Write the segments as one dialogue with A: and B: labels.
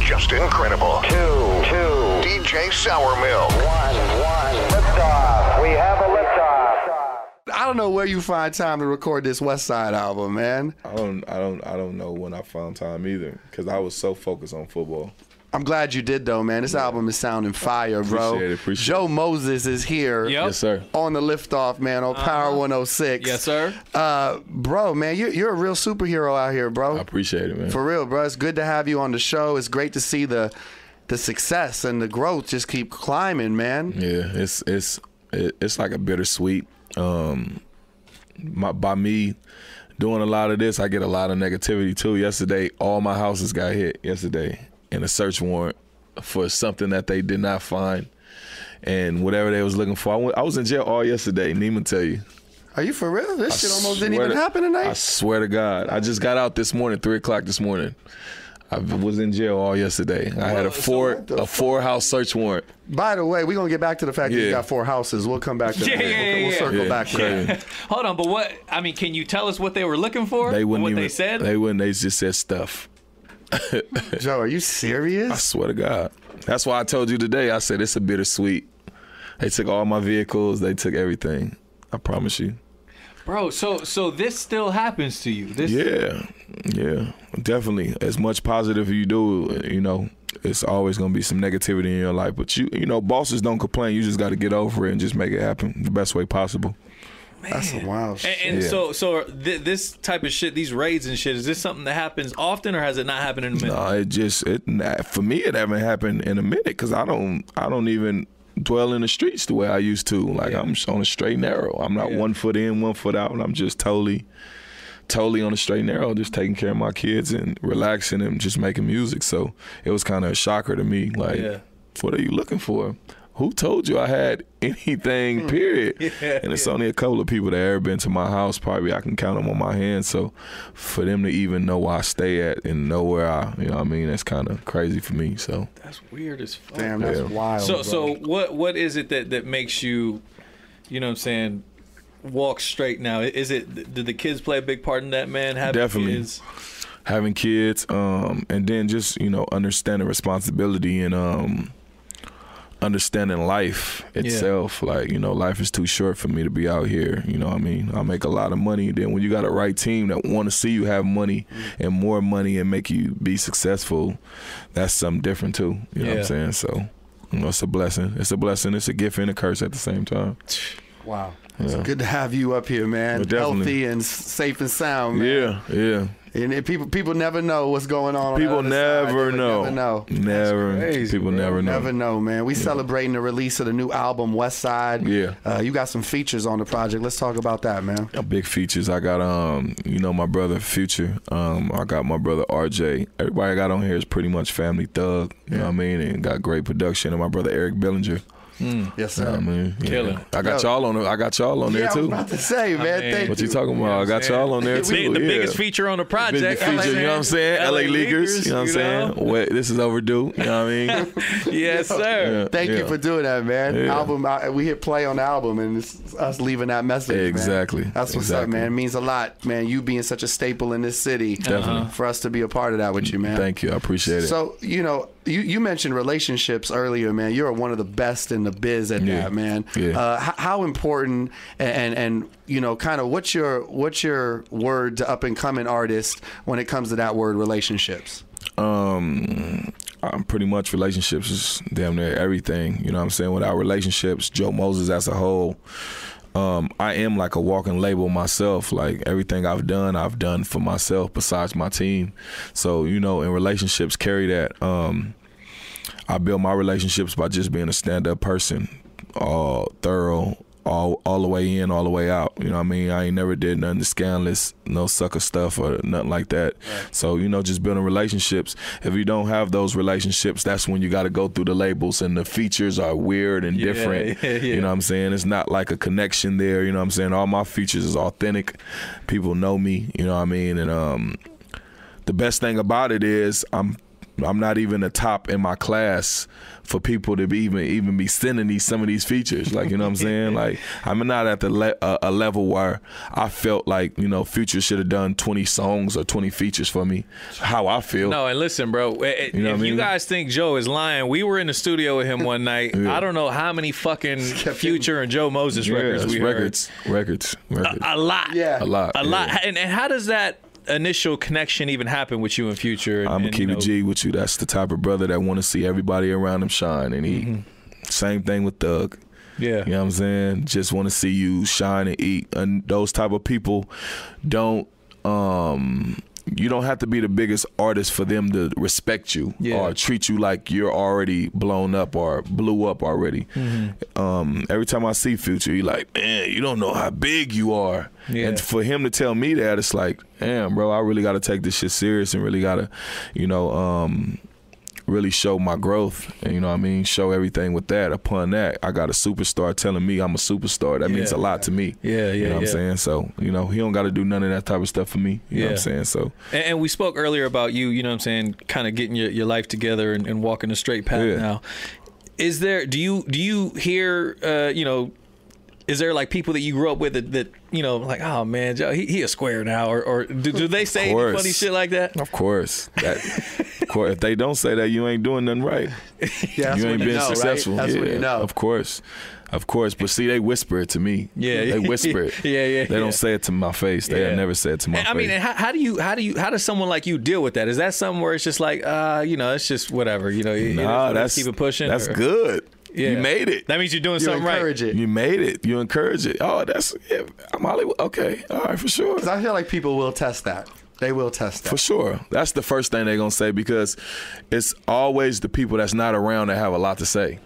A: Just incredible.
B: Two, two,
A: DJ Sour Milk.
B: one, one. Liftoff. We have a liftoff.
C: I don't know where you find time to record this West Side album, man.
D: I don't, I don't, I don't know when I found time either, because I was so focused on football.
C: I'm glad you did though, man. This album is sounding fire, bro.
D: Appreciate it, appreciate
C: Joe Moses is here.
E: Yep. Uh-huh.
D: Yes, sir.
C: On the liftoff, man, on Power 106.
E: Yes, sir.
C: Uh, bro, man, you're, you're a real superhero out here, bro.
D: I appreciate it, man.
C: For real, bro. It's good to have you on the show. It's great to see the the success and the growth just keep climbing, man.
D: Yeah, it's it's it- it's like a bittersweet. Um, my by me doing a lot of this, I get a lot of negativity too. Yesterday, all my houses got hit yesterday in a search warrant for something that they did not find, and whatever they was looking for. I, went, I was in jail all yesterday. Neiman tell you.
C: Are you for real? This shit almost didn't
D: Swear
C: even
D: to-
C: happen
D: I
C: tonight.
D: swear to God, I just got out this morning, three o'clock this morning. I was in jail all yesterday. I had a four
C: what the
D: a four house search warrant.
C: By the way, we're gonna get back to the fact that you
D: Yeah.
C: got four houses. We'll come back to
E: Yeah,
C: that.
E: yeah,
C: we'll, we'll
E: yeah,
C: circle
D: yeah.
C: back to
D: Yeah.
C: that.
E: Hold on, but what? I mean, can you tell us what they were looking for?
D: They wouldn't
E: what
D: even.
E: they said.
D: They wouldn't. They just said stuff.
C: Joe, are you
D: I
C: serious?
D: swear to God. That's why I told you today. I said it's a bittersweet. They took all my vehicles. They took everything. I promise you.
E: Bro, so so this still happens to you. This
D: Yeah, yeah, definitely. As much positive you do, you know, it's always gonna be some negativity in your life. But you, you know, bosses don't complain. You just got to get over it and just make it happen the best way possible.
C: That's a wild
E: And,
C: shit.
E: and
D: Yeah.
E: so, so th- this type of shit, these raids and shit, is this something that happens often, or has it not happened in a minute?
D: Uh, it just it nah, for me it haven't happened in a minute because I don't I don't even dwell in the streets the way I used to. Like I'm just on a straight and narrow. I'm not one foot in, one foot out. I'm just totally, totally on a straight and narrow, just taking care of my kids and relaxing and just making music. So it was kind of a shocker to me. Like,
E: Yeah.
D: what are you looking for? Who told you I had anything? Period. and it's only a couple of people that ever been to my house. Probably I can count them on my hands. So for them to even know where I stay at and know where I, you know, what I mean, that's kind of crazy for me. So
E: That's weird as fuck.
C: Damn, that's
D: Yeah.
C: wild.
E: so,
C: bro.
E: so what what is it that that makes you, you know, what I'm saying, walk straight now? Is it did the kids play a big part in that? Man, having
D: Definitely.
E: kids?
D: having kids um and then just you know understanding responsibility and um understanding life itself like you know life is too short for me to be out here you know what i mean i make a lot of money then when you got a right team that want to see you have money and more money and make you be successful that's something different too you know what
E: Yeah.
D: i'm saying so you know, it's a blessing it's a blessing it's a gift and a curse at the same time
C: wow. It's good to have you up here, man.
D: Well, definitely.
C: Healthy and s- safe and sound, man.
D: yeah yeah
C: And it, people people never know what's going on. on
D: people
C: the other side.
D: never
C: They
D: know
C: Never know.
D: never people never know
C: Never know, man. We celebrating the release of the new album, West Side.
D: Yeah.
C: Uh, you got some features on the project. Let's talk about that, man.
D: Uh, Big features. I got um, you know, my brother Future. Um, I got my brother RJ. Everybody I got on here is pretty much family thug. You know what I mean? And got great production. And my brother Eric Billinger.
C: Yes,
D: You know
C: sir.
D: what I mean? Yeah.
E: Killer.
D: I got y'all on. I got y'all on
C: yeah,
D: there
C: I was
D: too.
C: about to say, man.
E: mean,
C: thank
D: What
C: you.
D: you talking about? I got y'all on there too.
E: Big- the
D: yeah.
E: biggest feature on the
D: Big
E: project.
D: feature, you know what I'm saying? LA, Leaguers, you know what I'm saying?
E: you
D: Wait, this is overdue, you know what I mean?
E: know? yes, sir.
D: Yeah,
C: Thank you
D: yeah.
C: for doing that, man.
D: Yeah.
C: Album, I, we hit play on the album, and it's us leaving that message. man.
D: Exactly.
C: That's what's up,
D: Exactly.
C: man. It means a lot, man. You being such a staple in this city,
D: Definitely.
C: for us to be a part of that with you, man.
D: Thank you. I appreciate it.
C: So you know, you, you mentioned relationships earlier, man. You're one of the best in the biz at
D: Yeah.
C: that, man.
D: Yeah.
C: Uh, h- how important and, and and you know, kind of what's your what's your word to up and coming artists when it comes to that word relationships?
D: um I'm pretty much relationships is damn near everything. You know what I'm saying? Without relationships, Joe Moses as a whole, um, I am like a walking label myself. Like everything I've done, I've done for myself besides my team. So, you know, in relationships carry that. Um I build my relationships by just being a stand up person, all thorough, all all the way in, all the way out. You know what I mean? I ain't never did nothing scandalous, no sucker stuff or nothing like that. So, you know, just building relationships. If you don't have those relationships, that's when you gotta go through the labels and the features are weird and different.
E: yeah, yeah.
D: You know what I'm saying? It's not like a connection there, you know what I'm saying? All my features is authentic. People know me, you know what I mean? And um the best thing about it is I'm I'm not even the top in my class for people to be even even be sending these some of these features. Like you know what I'm saying? Like I'm not at the le- a, a level where I felt like you know Future should have done 20 songs or 20 features for me. How I feel.
E: No, and listen, bro. i- i- If
D: You know what I
E: you
D: mean?
E: guys think Joe is lying, we were in the studio with him one night. I don't know how many fucking Future and Joe Moses
D: Yeah,
E: records
D: it's
E: we
D: records, records, records,
E: heard. A lot.
C: Yeah.
D: a lot,
E: A lot.
D: yeah.
E: And, and how does that initial connection even happen with you and Future? And,
D: I'm gonna
E: and,
D: keep
E: you
D: it G with you. That's the type of brother that want to see everybody around him shine, and he same thing with Thug.
E: Mm-hmm. Yeah.
D: You know what I'm saying? Just want to see you shine and eat. And those type of people don't um you don't have to be the biggest artist for them to respect you
E: Yeah.
D: or treat you like you're already blown up or blew up already.
E: Mm-hmm.
D: Um, every time I see Future, he like, man, you don't know how big you are.
E: Yeah.
D: And for him to tell me that, it's like, damn, bro, I really got to take this shit serious and really got to, you know, um, really show my growth and you know what I mean show everything with that upon that I got a superstar telling me I'm a superstar that means a
E: Yeah.
D: lot to me
E: Yeah,
D: you
E: yeah,
D: know what I'm
E: yeah.
D: saying so you know he don't got to do none of that type of stuff for me you know what I'm
E: Yeah.
D: saying so
E: And, and we spoke earlier about you, you know what I'm saying, kind of getting your, your life together and, and walking a straight path
D: Yeah.
E: now. Is there do you do you hear uh, you know is there like people that you grew up with that, that you know like oh man Joe, he, he a square now or, or do, do they say any
D: course.
E: funny shit like that?
D: of course that of course if they don't say that you ain't doing nothing right
C: Yeah, that's
D: you ain't
C: when
D: been
C: know, right?
D: successful
C: That's
D: yeah
C: when you know.
D: of course of course but see they whisper it to me
E: Yeah,
D: they whisper it
E: Yeah, yeah,
D: they
E: yeah.
D: don't say it to my face they
E: Yeah.
D: never say it to my
E: And,
D: face
E: I mean, and how, how do you how do you how does someone like you deal with that? Is that something where it's just like uh you know it's just whatever you know? it- it is what
D: nah
E: it is,
D: that's
E: keep it pushing.
D: that's
E: or-
D: good
E: Yeah.
D: you made it
E: That means you're doing
C: you
E: something right.
C: encourage it.
D: You made it. You encourage it. Oh, that's yeah, I'm Hollywood. Okay, all right, for sure,
C: 'Cause I feel like people will test that. They will test that.
D: for sure. That's the first thing they're gonna say because it's always the people that's not around that have a lot to say.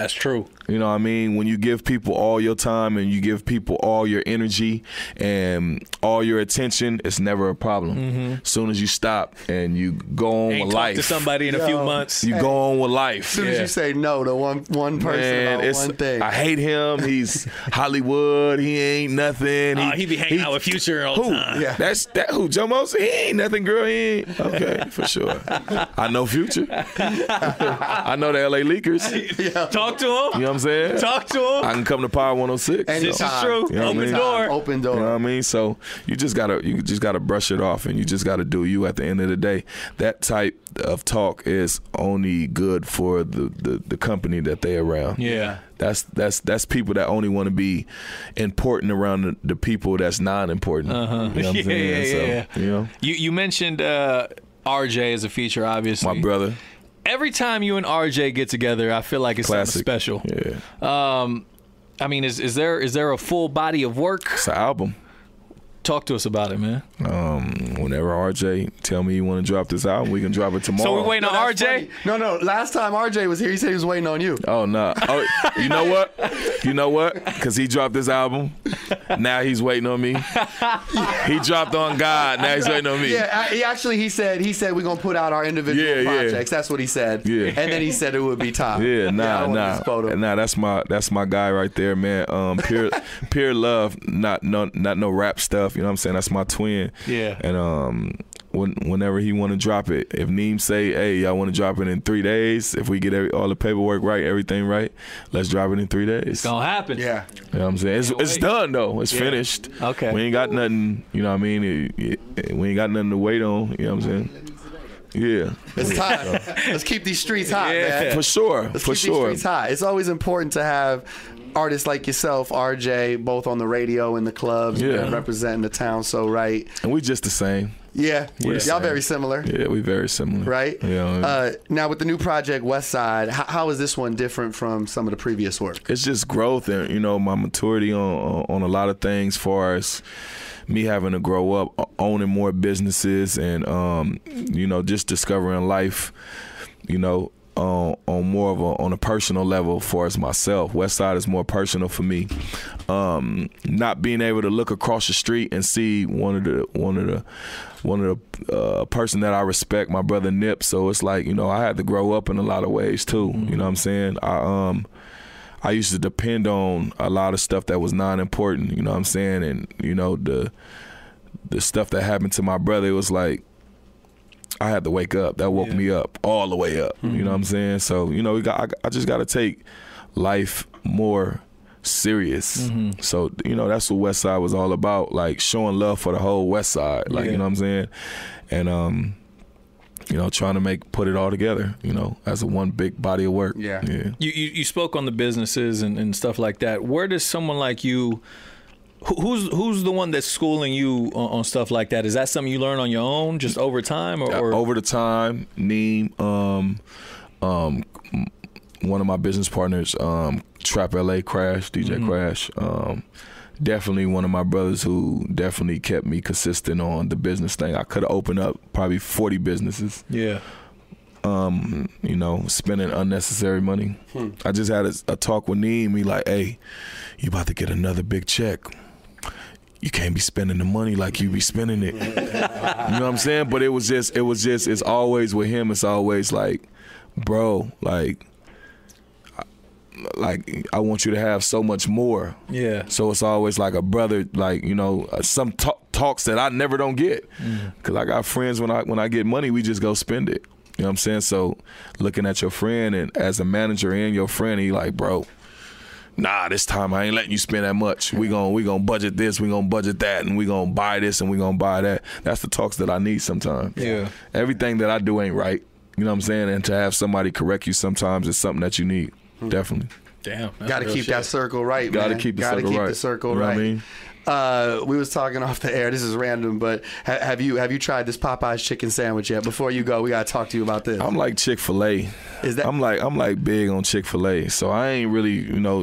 E: That's true.
D: You know what I mean? When you give people all your time and you give people all your energy and all your attention, it's never a problem. soon as you stop and you go on
E: Mm-hmm. Ain't
D: with
E: talked
D: life,
E: to somebody in a few
C: Yo.
E: months.
D: you go on with life.
C: As soon as
E: Yeah.
C: you say no to one one person
D: Man,
C: about
D: it's,
C: one thing,
D: I hate him. He's Hollywood. He ain't nothing.
E: Oh, he be hanging out with Future all the
D: Who?
E: time.
C: Yeah.
D: That's that who? Joe Moses? He ain't nothing, girl. He ain't. Okay, for sure. I know future. I know the LA Leakers. You
E: Talk to him.
D: know what I'm saying?
E: Talk to him.
D: I can come to Power 106.
C: Anytime.
E: This is true.
D: You know what I
E: Open
D: mean?
E: door.
C: open
D: You
C: door.
D: know what I mean? So you just gotta you just gotta brush it off, and you just gotta do you. At the end of the day, that type of talk is only good for the the, the company that they around.
E: Yeah.
D: that's that's that's people that only want to be important around the, the people that's non important. Uh-huh. You know what I'm
E: Yeah,
D: saying?
E: yeah,
D: so,
E: yeah, yeah.
D: You know,
E: You you mentioned uh, RJ as a feature, obviously.
D: my brother,
E: Every time you and RJ get together, I feel like it's
D: classic,
E: something special.
D: Yeah,
E: Um, I mean, is is there is there a full body of work?
D: it's an album.
E: Talk to us about it, man.
D: Um, whenever RJ tell me you want to drop this album, we can drop it tomorrow.
E: So we waiting
C: No,
E: on
C: that's
E: RJ.
C: funny. No, no. Last time RJ was here, he said he was waiting on you.
D: Oh no! Oh, you know what? You know what? Because he dropped this album. Now he's waiting on me. He dropped on God. Now he's waiting on me.
C: Yeah, I, he actually, he said he said we're gonna put out our individual
D: Yeah, yeah.
C: projects. That's what he said.
D: Yeah.
C: and then he said it would be time.
D: Yeah,
C: I
D: nah,
C: wanna just quote
D: nah,
C: him.
D: nah. That's my that's my guy right there, man. Um, pure pure love, not no not no rap stuff. You know what I'm saying? That's my twin.
E: Yeah.
D: And um, when, whenever he want to drop it, if Neem say, hey, y'all want to drop it in three days, if we get every, all the paperwork right, everything right, let's drop it in three days.
E: Gonna happen.
C: Yeah,
D: You know what I'm saying? It's,
E: Can't
D: it's
E: wait.
D: done though. It's finished.
E: Okay.
D: We ain't got nothing. You know what I mean? It- it- it- we ain't got nothing to wait on. You know what I'm saying? Yeah.
C: it's time. Let's keep these streets hot, man.
D: For sure.
C: Let's
D: for
C: keep
D: sure.
C: these streets hot. It's always important to have artists like yourself, RJ, both on the radio and the clubs,
D: Yeah.
C: man, representing the town so right.
D: And we just the same.
C: Yeah,
D: the
C: y'all
D: same.
C: very similar.
D: Yeah, we very similar.
C: Right.
D: Yeah.
C: Uh, now with the new project West Side, how, how is this one different from some of the previous work?
D: it's just growth and you know my maturity on on- on a lot of things far as me having to grow up owning more businesses and um you know just discovering life you know on, on more of a on a personal level for as myself west side is more personal for me um not being able to look across the street and see one of the one of the one of the uh, person that I respect my brother Nip so it's like you know I had to grow up in a lot of ways too you know what I'm saying I um I used to depend on a lot of stuff that was non important, you know what I'm saying? And you know, the the stuff that happened to my brother, it was like I had to wake up. That woke me up all the way up. You know what I'm saying? So you know, we got, I, I just got to take life more serious. So you know, that's what West Side was all about, like showing love for the whole West Side. Like
E: Yeah.
D: you know what I'm saying? And um, you know, trying to make put it all together. You know, as a one big body of work.
C: Yeah.
D: Yeah.
E: You, you you spoke on the businesses and, and stuff like that. Where does someone like you, who- who's who's the one that's schooling you on, on stuff like that? Is that something you learn on your own, just over time, or,
D: Uh,
E: or
D: over the time, Neem, um, um, one of my business partners, um, Trap LA Crash, DJ Crash, um, definitely one of my brothers who definitely kept me consistent on the business thing. I could have opened up probably forty businesses,
E: yeah,
D: um, you know, spending unnecessary money. I just had a, a talk with Neem. He like, hey, you about to get another big check. You can't be spending the money like you be spending it. you know what I'm saying? But it was just, it was just, it's always with him. It's always like, bro, like, I- like I want you to have so much more.
E: yeah,
D: So it's always like a brother, like you know, uh, some ta- talks that I never don't get,
E: Mm.
D: because I got friends when I when I get money, we just go spend it. You know what I'm saying? So looking at your friend and as a manager and your friend, he like, bro, nah, this time I ain't letting you spend that much. We gon' we gonna budget this, we gonna budget that, and we gonna buy this and we gonna buy that. That's the talks that I need sometimes.
E: Yeah.
D: everything that I do ain't right. You know what I'm saying? And to have somebody correct you sometimes is something that you need.
E: Hmm.
D: Definitely.
E: damn, that's
C: Got to
E: real
C: keep
E: shit.
C: that circle right.
D: Gotta
C: man.
D: keep the
C: Gotta
D: circle
C: keep
D: right.
C: the circle
D: You know what I
C: right.
D: mean?
C: Uh, we was talking off the air. This is random, but ha- have you have you tried this Popeyes chicken sandwich yet? Before you go, we gotta talk to you about this.
D: I'm like Chick Fil A.
C: Is that-
D: I'm like I'm like big on Chick Fil A. So I ain't really you know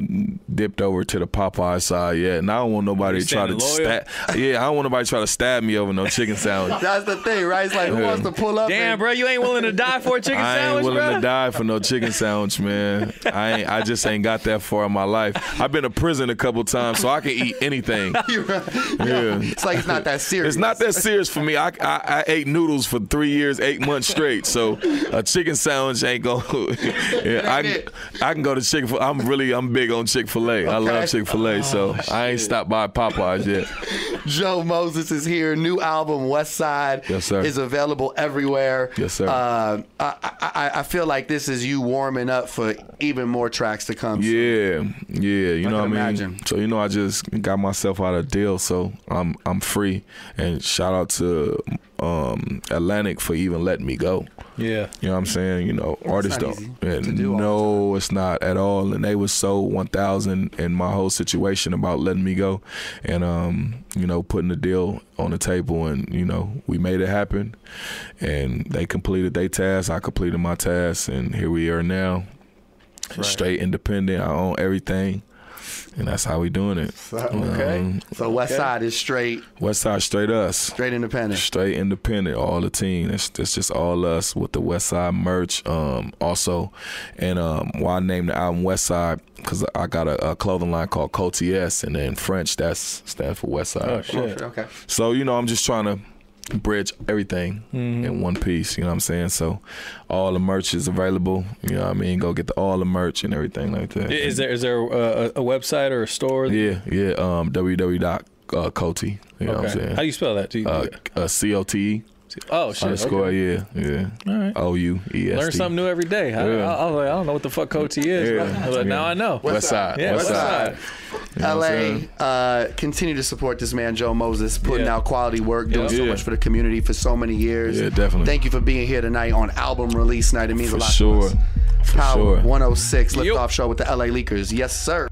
D: dipped over to the Popeye side yet, and I don't want nobody
E: You
D: to try to
E: standing loyal?
D: stab. Yeah, I don't want nobody to try to stab me over no chicken sandwich.
C: That's the thing, right? It's like who wants to pull up?
E: Damn,
C: and-
E: bro, you ain't willing to die for a chicken
D: I ain't
E: sandwich,
D: willing
E: bro.
D: to die for no chicken sandwich, man. I ain't, I just ain't got that far in my life. I've been to prison a couple times, so I can eat anything.
C: You're right.
D: Yeah.
C: It's like it's not that serious.
D: It's not that serious for me. I, I, I ate noodles for three years, eight months straight. So a chicken sandwich ain't going. yeah, I, can-
C: it.
D: I can go to Chick Fil. I'm really I'm big on Chick Fil A. I love
C: Okay. Oh,
D: Chick Fil A. so I ain't stopped by Popeyes yet.
C: Joe Moses is here. New album West Side
D: Yes, sir.
C: is available everywhere.
D: Yes, sir.
C: Uh, I, I I feel like this is you warming up for even more tracks to come.
D: Yeah, yeah. You know what I
C: can
D: mean.
C: imagine.
D: So you know, I just got myself out of deal, so I'm I'm free. And shout out to um, Atlantic for even letting me go.
E: Yeah,
D: You know what I'm saying? You know, artists
C: not
D: don't.
C: easy
D: and
C: to do all the
D: no, it's not at all. And they was so 1,000 in my whole situation about letting me go, and um, you know, putting the deal on the table, and you know, we made it happen, and they completed their task. I completed my task, and here we are now, straight independent. I own everything, and that's how we doing it.
C: Okay.
D: Um,
C: So West Side is straight,
D: West Side straight us.
C: straight independent.
D: Straight independent, all the team. It's, it's just all us with the West Side merch. Um, also, and um, why I named the album West Side because I got a, a clothing line called Cotes, and then French that's stand for West Side.
E: oh shit,
C: Okay.
D: So you know, I'm just trying to bridge everything
E: Mm-hmm.
D: in one piece. You know what I'm saying? So all the merch is available. You know what I mean? Go get the, all the merch and everything like that.
E: is there is there uh, a, a website or a store?
D: Yeah, yeah. Um, www. Uh, Cote. You know what I'm
E: okay.
D: saying?
E: How do you spell that? Do you,
D: uh, uh, C O T E.
E: oh shit,
D: Underscore,
E: okay.
D: yeah, yeah.
E: All right.
D: O U E S.
E: Learn something new every day. I,
D: Yeah.
E: I, I, was like, I don't know what the fuck Cote is,
D: Yeah.
E: but now
D: Yeah.
E: I know.
D: West Side.
E: Yeah,
D: West
E: West
D: Side.
E: Side.
D: know what I'm
C: LA,
D: saying?
C: uh, continue to support this man, Joe Moses, putting
E: Yeah.
C: out quality work, doing
E: Yeah.
C: so
D: Yeah.
C: much for the community for so many years.
D: Yeah, definitely.
C: Thank you for being here tonight on album release night. It means a
D: For
C: lot.
D: sure.
C: To us.
D: For
C: Power
D: sure.
C: 106
E: Yup.
C: liftoff show with the LA Leakers. Yes, sir.